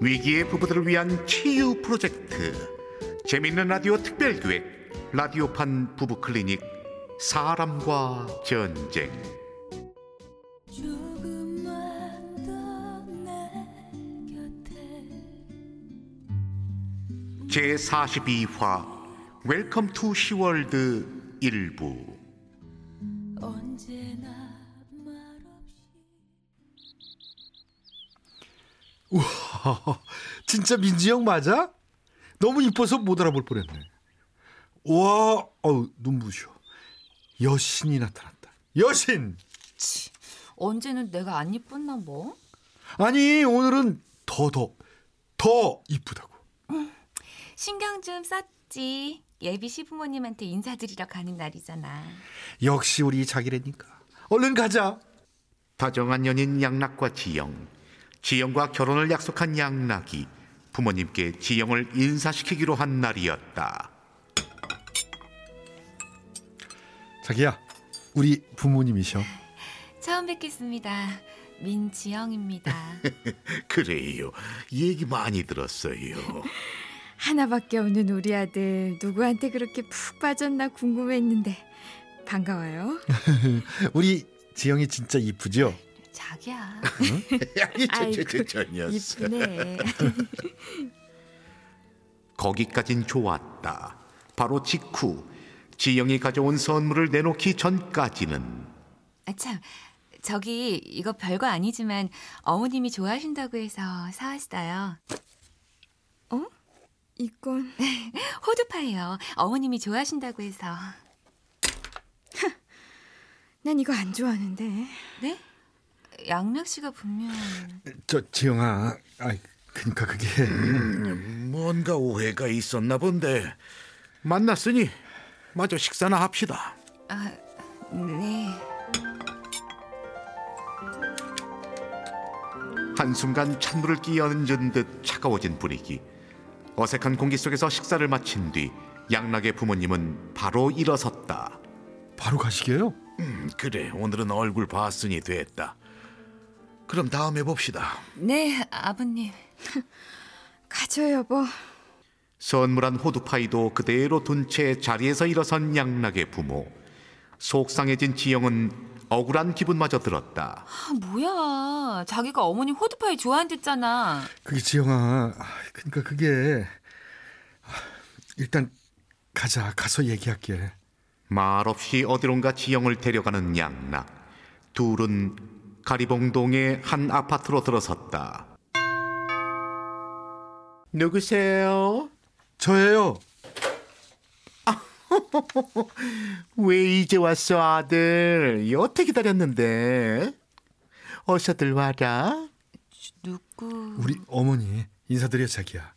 위기의 부부들을 위한 치유 프로젝트 재밌는 라디오 특별기획 라디오판 부부 클리닉 사람과 전쟁 조금만 더 내 곁에 제 42화 웰컴 투 시월드 일부 언제나 말없이 진짜 민지 형 맞아? 너무 이뻐서 못 알아볼 뻔했네. 와, 어우 눈부셔. 여신이 나타났다. 여신. 언제는 내가 안 이뻤나 뭐? 아니 오늘은 더 더 더 이쁘다고. 신경 좀 썼지. 예비 시부모님한테 인사드리러 가는 날이잖아. 역시 우리 자기래니까. 얼른 가자. 다정한 연인 양락과 지영 지영과 결혼을 약속한 양락이 부모님께 지영을 인사시키기로 한 날이었다 자기야, 우리 부모님이셔. 처음 뵙겠습니다. 민지영입니다. 그래요 얘기 많이 들었어요 하나밖에 없는 우리 아들 누구한테 그렇게 푹 빠졌나 궁금했는데 반가워요. 우리 지영이 진짜 이쁘죠? 자기야. 아이고, 그 전이었어 이쁘네. 거기까진 좋았다. 바로 직후 지영이 가져온 선물을 내놓기 전까지는 아, 참. 저기 이거 별거 아니지만 어머님이 좋아하신다고 해서 사왔어요. 이건 호두파예요. 어머님이 좋아하신다고 해서. 난 이거 안 좋아하는데. 네? 양락 씨가 분명 저 지영아, 아, 그러니까 그게 뭔가 오해가 있었나 본데 만났으니 마저 식사나 합시다. 아, 네. 한순간 찬물을 끼얹은 듯 차가워진 분위기. 어색한 공기 속에서 식사를 마친 뒤 양락의 부모님은 바로 일어섰다. 바로 가시게요? 그래 오늘은 얼굴 봤으니 됐다. 그럼 다음에 봅시다. 네, 아버님. 가져 여보. 선물한 호두파이도 그대로 둔 채 자리에서 일어선 양락의 부모. 속상해진 지영은 억울한 기분마저 들었다. 아, 뭐야. 자기가 어머님 호두파이 좋아한댔잖아. 그게 지영아, 아, 그러니까 그게 아, 일단 가자. 가서 얘기할게. 말없이 어디론가 지영을 데려가는 양락. 둘은 가리봉동의 한 아파트로 들어섰다. 누구세요? 저예요. 왜 이제 왔어 아들? 어떻게 기다렸는데? 어서들 와라. 누구? 우리 어머니 인사드려 자기야.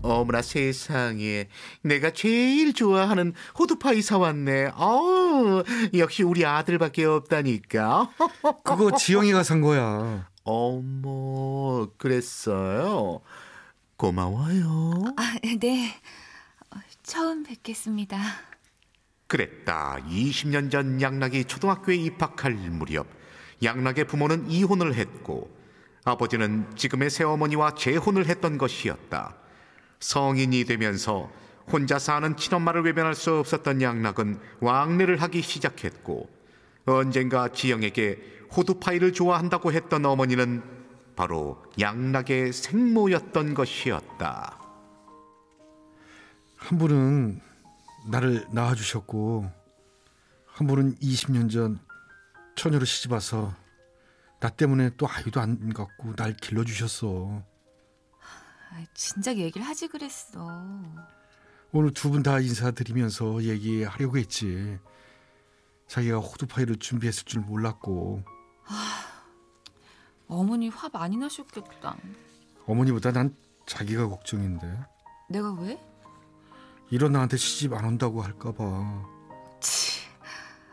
어머나 세상에 내가 제일 좋아하는 호두파이 사왔네 어우 역시 우리 아들밖에 없다니까 그거 지영이가 산 거야. 어머 그랬어요 고마워요 아, 네. 어, 처음 뵙겠습니다. 아, 그랬다 20년 전 양락이 초등학교에 입학할 무렵 양락의 부모는 이혼을 했고 아버지는 지금의 새어머니와 재혼을 했던 것이었다 성인이 되면서 혼자 사는 친엄마를 외면할 수 없었던 양락은 왕래를 하기 시작했고 언젠가 지영에게 호두파이를 좋아한다고 했던 어머니는 바로 양락의 생모였던 것이었다. 한 분은 나를 낳아주셨고 한 분은 20년 전 처녀로 시집 와서 나 때문에 또 아이도 안 갖고 날 길러주셨어. 아, 진작 얘기를 하지 그랬어. 오늘 두 분 다 인사드리면서 얘기하려고 했지. 자기가 호두파이를 준비했을 줄 몰랐고 어머니 화 많이 나셨겠다. 어머니보다 난 자기가 걱정인데 내가 왜? 이런 나한테 시집 안 온다고 할까봐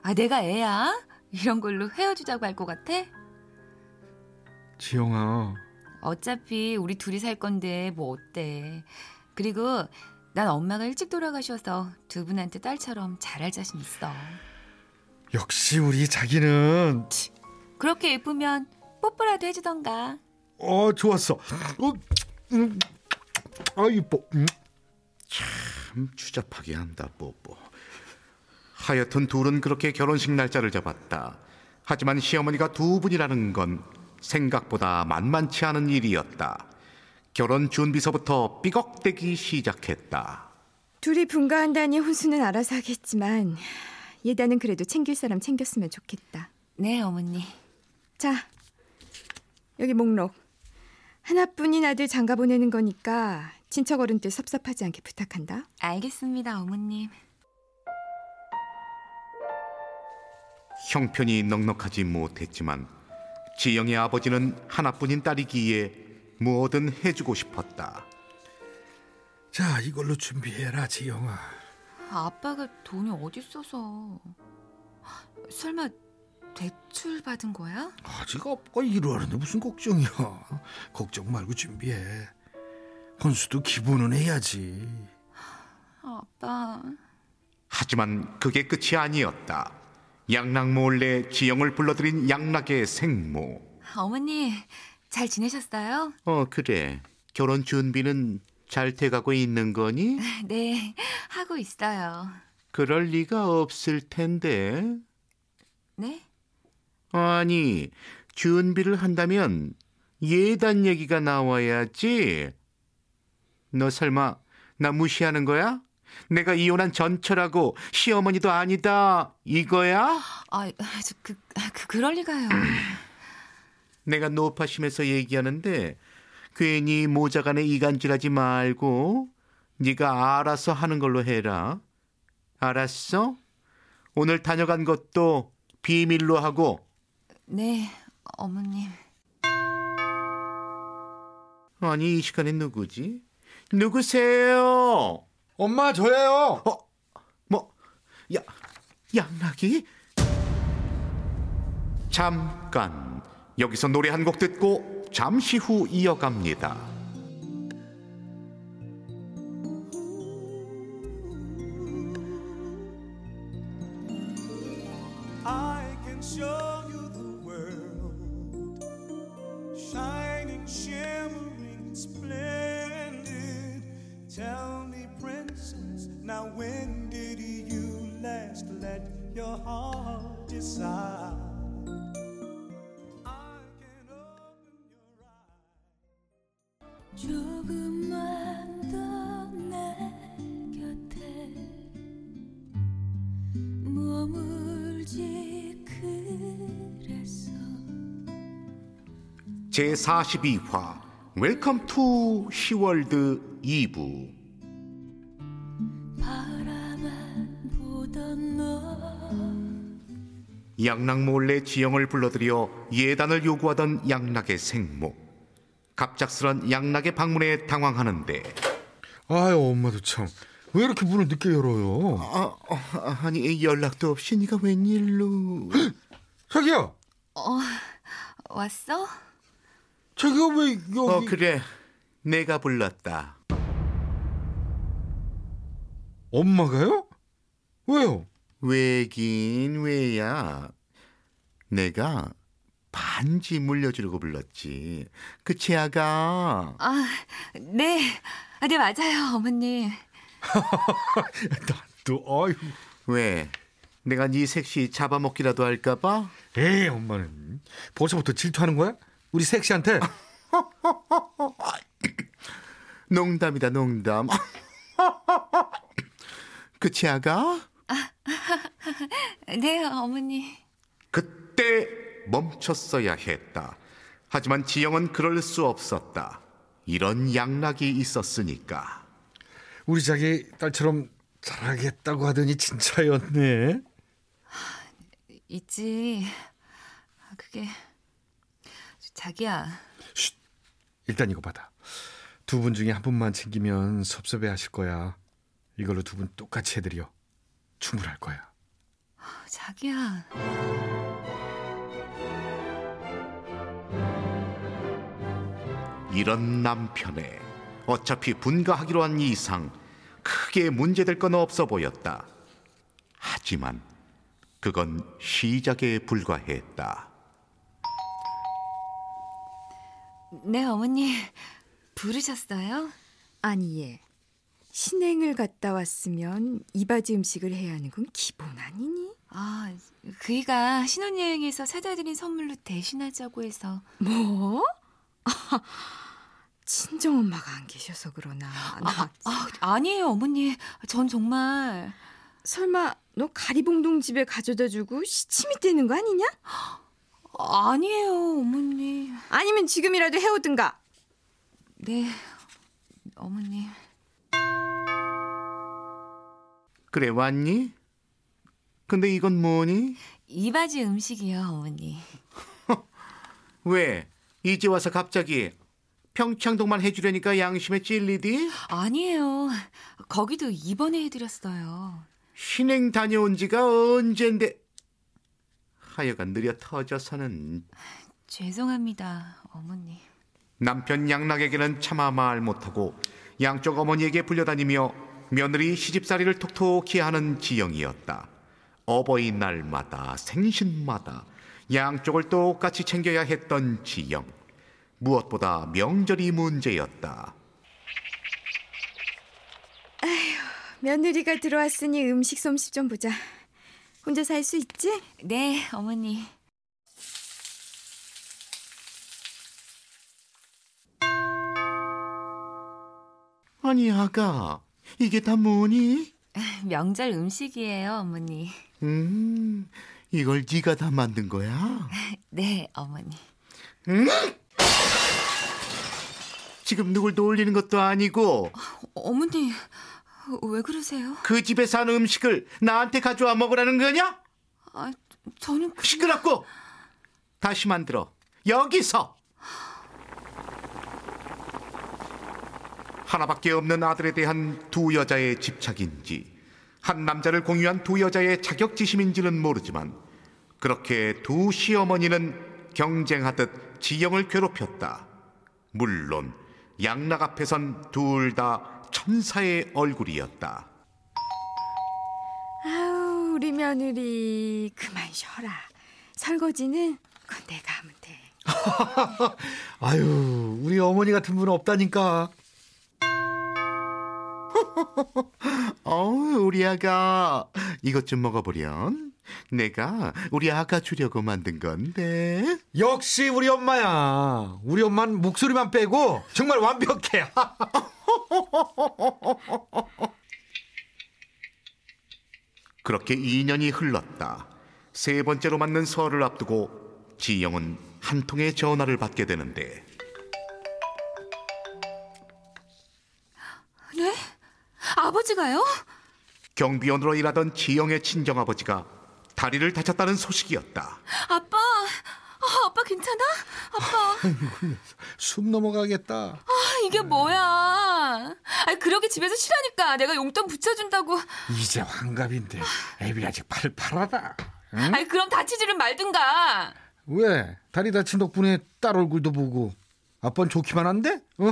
아, 내가 애야? 이런 걸로 헤어지자고 할 것 같아? 지영아 어차피 우리 둘이 살 건데 뭐 어때. 그리고 난 엄마가 일찍 돌아가셔서 두 분한테 딸처럼 잘할 자신 있어. 역시 우리 자기는 그렇게 예쁘면 뽀뽀라도 해주던가. 어 좋았어. 어, 음, 아 이뻐. 음. 참 음, 추잡하게 한다 뽀뽀. 하여튼 둘은 그렇게 결혼식 날짜를 잡았다. 하지만 시어머니가 두 분이라는 건 생각보다 만만치 않은 일이었다. 결혼 준비서부터 삐걱대기 시작했다. 둘이 분가한다니 혼수는 알아서 하겠지만 예단은 그래도 챙길 사람 챙겼으면 좋겠다. 네, 어머니. 자, 여기 목록. 하나뿐인 아들 장가 보내는 거니까 친척 어른들 섭섭하지 않게 부탁한다. 알겠습니다, 어머님. 형편이 넉넉하지 못했지만 지영의 아버지는 하나뿐인 딸이기에 뭐든 해주고 싶었다. 자 이걸로 준비해라 지영아. 아빠가 돈이 어디 있어서 설마 대출 받은 거야? 아직 아빠가 일하는데 무슨 걱정이야. 걱정 말고 준비해. 혼수도 기본은 해야지. 아빠 하지만 그게 끝이 아니었다. 양락 몰래 지영을 불러들인 양락의 생모. 어머니 잘 지내셨어요? 어 그래 결혼 준비는 잘 돼가고 있는 거니? 네 하고 있어요. 그럴 리가 없을 텐데 어, 네? 아니 준비를 한다면 예단 얘기가 나와야지 너 설마 나 무시하는 거야? 내가 이혼한 전처라고 시어머니도 아니다 이거야? 아저 그, 그 그럴 리가요. 내가 노파심에서 얘기하는데 괜히 모자간에 이간질하지 말고 네가 알아서 하는 걸로 해라. 알았어? 오늘 다녀간 것도 비밀로 하고 네 어머님 아니 이 시간에 누구지? 누구세요? 엄마 저예요. 뭐, 야, 양락이? 잠깐, 여기서 노래 한 곡 듣고 잠시 후 이어갑니다. I can show you the world, shining, shimmering, splendid. Tell me, princess, now when did you last let your heart decide? I can open your eyes. 조금만 더 내 곁에 머물지 그랬어 제42화 웰컴 투 시월드 2부 바라만 보던 너 양락 몰래 지영을 불러들여 예단을 요구하던 양락의 생모 갑작스런 양락의 방문에 당황하는데 아유 엄마도 참 왜 이렇게 문을 늦게 열어요? 아, 아, 아니 연락도 없이 네가 웬일로 자기야 왔어? 자기가 왜 여기? 어 그래 내가 불렀다 엄마가요? 왜요? 왜긴 왜야 내가 반지 물려주려고 불렀지 그치 아가 아네네 네, 맞아요 어머님 또 아유. 왜 내가 네 색시 잡아먹기라도 할까봐 에이 엄마는 벌써부터 질투하는 거야? 우리 섹시한테? 농담이다 농담 그치 아가 네 어머니 그때 멈췄어야 했다. 하지만 지영은 그럴 수 없었다. 이런 양락이 있었으니까. 우리 자기 딸처럼 잘하겠다고 하더니 진짜였네. 있지 아, 그게 자기야 일단 이거 받아. 두 분 중에 한 분만 챙기면 섭섭해하실 거야. 이걸로 두 분 똑같이 해드려. 충분할 거야. 자기야 이런 남편에 어차피 분가하기로 한 이상 크게 문제될 건 없어 보였다. 하지만 그건 시작에 불과했다. 네, 어머니. 부르셨어요? 아니 예. 신행을 갔다 왔으면 이바지 음식을 해야 하는 건 기본 아니니? 아, 그이가 신혼여행에서 사다 드린 선물로 대신하자고 해서 뭐? 친정 엄마가 안 계셔서 그러나. 나 아, 아니에요, 어머니. 전 정말 설마 너 가리봉동 집에 가져다 주고 시침이 떼는 거 아니냐? 아니에요, 어머니. 아니면 지금이라도 해오든가. 네. 어머니. 그래 왔니? 근데 이건 뭐니? 이바지 음식이요, 어머니. 왜 이제 와서 갑자기 평창동만 해주려니까 양심에 찔리디? 아니에요. 거기도 이번에 해 드렸어요. 신행 다녀온 지가 언젠데 하여간 느려 터져서는 죄송합니다, 어머니. 남편 양락에게는 차마 말 못하고 양쪽 어머니에게 불려다니며 며느리 시집살이를 톡톡히 하는 지영이었다. 어버이날마다 생신마다 양쪽을 똑같이 챙겨야 했던 지영. 무엇보다 명절이 문제였다. 며느리가 들어왔으니 음식 솜씨 좀 보자. 혼자 살 수 있지? 네, 어머니. 아니 아가 이게 다 뭐니? 명절 음식이에요, 어머니. 음 이걸 네가 다 만든 거야? 네, 어머니. 지금 누굴 놀리는 것도 아니고 어머니, 왜 그러세요? 그 집에 산 음식을 나한테 가져와 먹으라는 거냐? 아, 저는 그... 시끄럽고 다시 만들어 여기서 하나밖에 없는 아들에 대한 두 여자의 집착인지 한 남자를 공유한 두 여자의 자격지심인지는 모르지만 그렇게 두 시어머니는 경쟁하듯 지영을 괴롭혔다. 물론 양락 앞에선 둘 다 천사의 얼굴이었다. 아우 우리 며느리 그만 쉬어라. 설거지는 그건 내가 하면 돼. 아유, 우리 어머니 같은 분은 없다니까. 어우, 우리 아가 이것 좀 먹어보렴. 내가 우리 아가 주려고 만든 건데. 역시 우리 엄마야. 우리 엄마는 목소리만 빼고 정말 완벽해. 그렇게 2년이 흘렀다. 세 번째로 맞는 설을 앞두고 지영은 한 통의 전화를 받게 되는데 네? 아버지가요? 경비원으로 일하던 지영의 친정아버지가 다리를 다쳤다는 소식이었다. 아빠, 아, 아빠 괜찮아? 아빠, 숨 넘어가겠다. 아, 이게 뭐야? 아, 그러게 집에서 쉬라니까 내가 용돈 붙여준다고. 이제 환갑인데 애비 아직 팔팔하다. 아, 그럼 다치지를 말든가. 왜? 다리 다친 덕분에 딸 얼굴도 보고 아빠는 좋기만 한데? 어?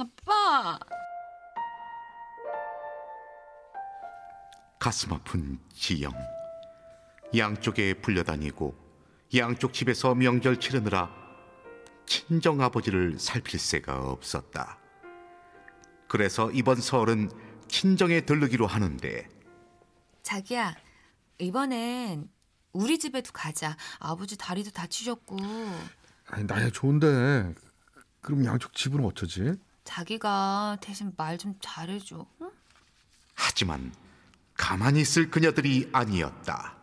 아빠, 가슴 아픈 지영. 양쪽에 불려다니고 양쪽 집에서 명절 치르느라 친정 아버지를 살필 새가 없었다. 그래서 이번 설은 친정에 들르기로 하는데 자기야, 이번엔 우리 집에도 가자. 아버지 다리도 다치셨고 아니, 나야 좋은데 그럼 양쪽 집은 어쩌지? 자기가 대신 말 좀 잘해줘. 응? 하지만 가만히 있을 그녀들이 아니었다.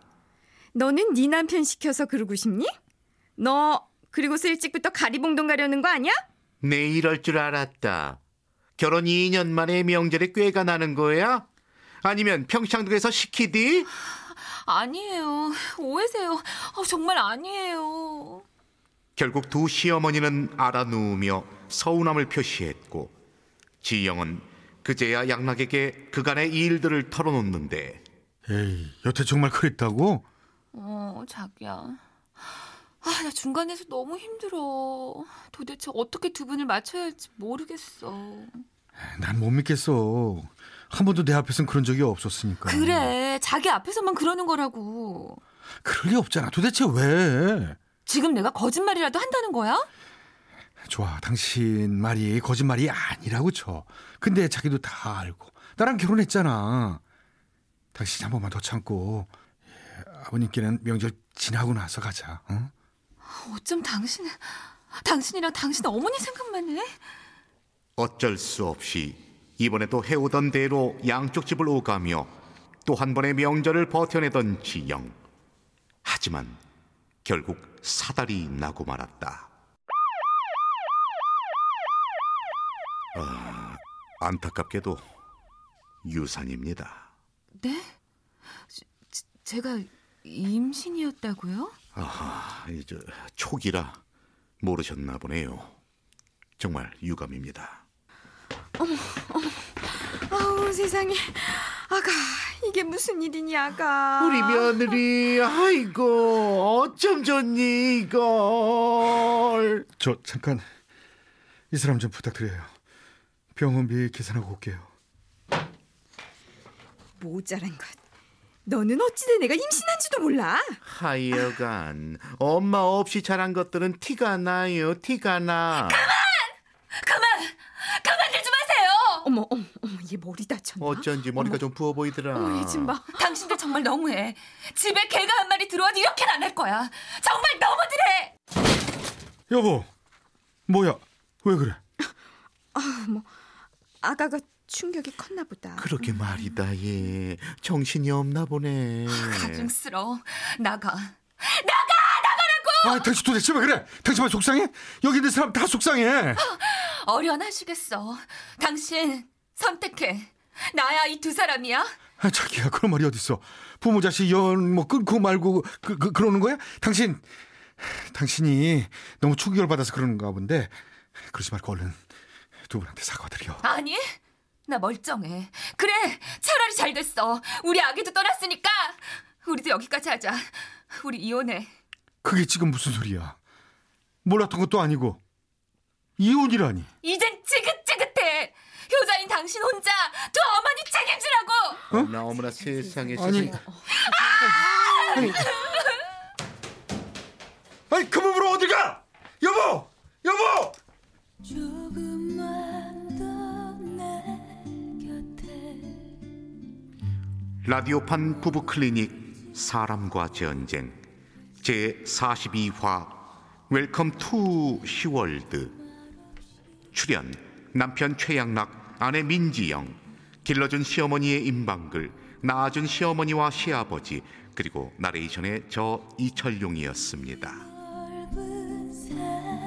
너는 네 남편 시켜서 그러고 싶니? 너 그리고서 일찍부터 가리봉동 가려는 거 아니야? 내 이럴 줄 알았다. 결혼 2년 만에 명절에 꾀가 나는 거야? 아니면 평창동에서 시키디? 아니에요. 오해세요. 아, 정말 아니에요. 결국 두 시어머니는 알아누우며 서운함을 표시했고 지영은 그제야 양락에게 그간의 일들을 털어놓는데 에이, 여태 정말 그랬다고? 어, 자기야. 아, 나 중간에서 너무 힘들어. 도대체 어떻게 두 분을 맞춰야 할지 모르겠어. 난 못 믿겠어. 한 번도 내 앞에선 그런 적이 없었으니까. 그래, 자기 앞에서만 그러는 거라고. 그럴 리 없잖아. 도대체 왜? 지금 내가 거짓말이라도 한다는 거야? 좋아, 당신 말이 거짓말이 아니라고 쳐. 근데 자기도 다 알고 나랑 결혼했잖아. 당신 한 번만 더 참고 예, 아버님께는 명절 지나고 나서 가자. 응? 뭐 어쩜 당신은 당신이랑 당신 어머니 생각만 해? 어쩔 수 없이 이번에도 해오던 대로 양쪽 집을 오가며 또 한 번의 명절을 버텨내던 지영. 하지만 결국 사달이 나고 말았다. 아, 안타깝게도 유산입니다. 네? 제- 제- 제가 임신이었다고요? 아하, 이제 초기라 모르셨나 보네요. 정말 유감입니다. 아우 세상에 아가 이게 무슨 일이니 아가 우리 며느리 아이고 어쩜 좋니 이걸 저 잠깐 이 사람 좀 부탁드려요. 병원비 계산하고 올게요. 모자란 것 너는 어찌된 애가 임신한지도 몰라 하여간 엄마 없이 자란 것들은 티가 나요 티가 나 그만들 좀 하세요! 어머 어머 어머 얘 머리 다쳤나 어쩐지 머리가 좀 부어 보이더라 얘좀봐 당신들 정말 너무해. 집에 개가 한 마리 들어와도 이렇게는 안 할 거야. 정말 너무들 해! 여보, 뭐야? 왜 그래? 아가가 충격이 컸나 보다 그렇게 말이다 얘 정신이 없나 보네 예. 어? 가증스러워. 나가. 아, 당신 도대체 왜 그래? 당신만 속상해? 여기 있는 사람 다 속상해. 어련하시겠어. 당신 선택해. 나야 이 두 사람이야? 아, 자기야 그런 말이 어딨어 부모 자식 연뭐 끊고 말고 그, 그, 그러는 거야? 당신 당신이 너무 충격을 받아서 그러는가 본데 그러지 말고 얼른 두 분한테 사과드려 아니? 나 멀쩡해. 그래, 차라리 잘 됐어. 우리 아기도 떠났으니까 우리도 여기까지 하자. 우리 이혼해. 그게 지금 무슨 소리야 몰랐던 것도 아니고 이혼이라니 이젠 지긋지긋해. 효자인 당신 혼자 두 어머니 책임지라고. 어머나 어머나 세상에 아니 세상에 아니 아니 그 몸으로 어딜 가 여보 여보 조금만 더 내 곁에 라디오판 부부 클리닉 사람과 전쟁 제 42화 웰컴 투 시월드 출연 남편 최양락 아내 민지영 길러준 시어머니의 임방글 낳아준 시어머니와 시아버지 그리고 나레이션의 저 이철용이었습니다. 넓은 산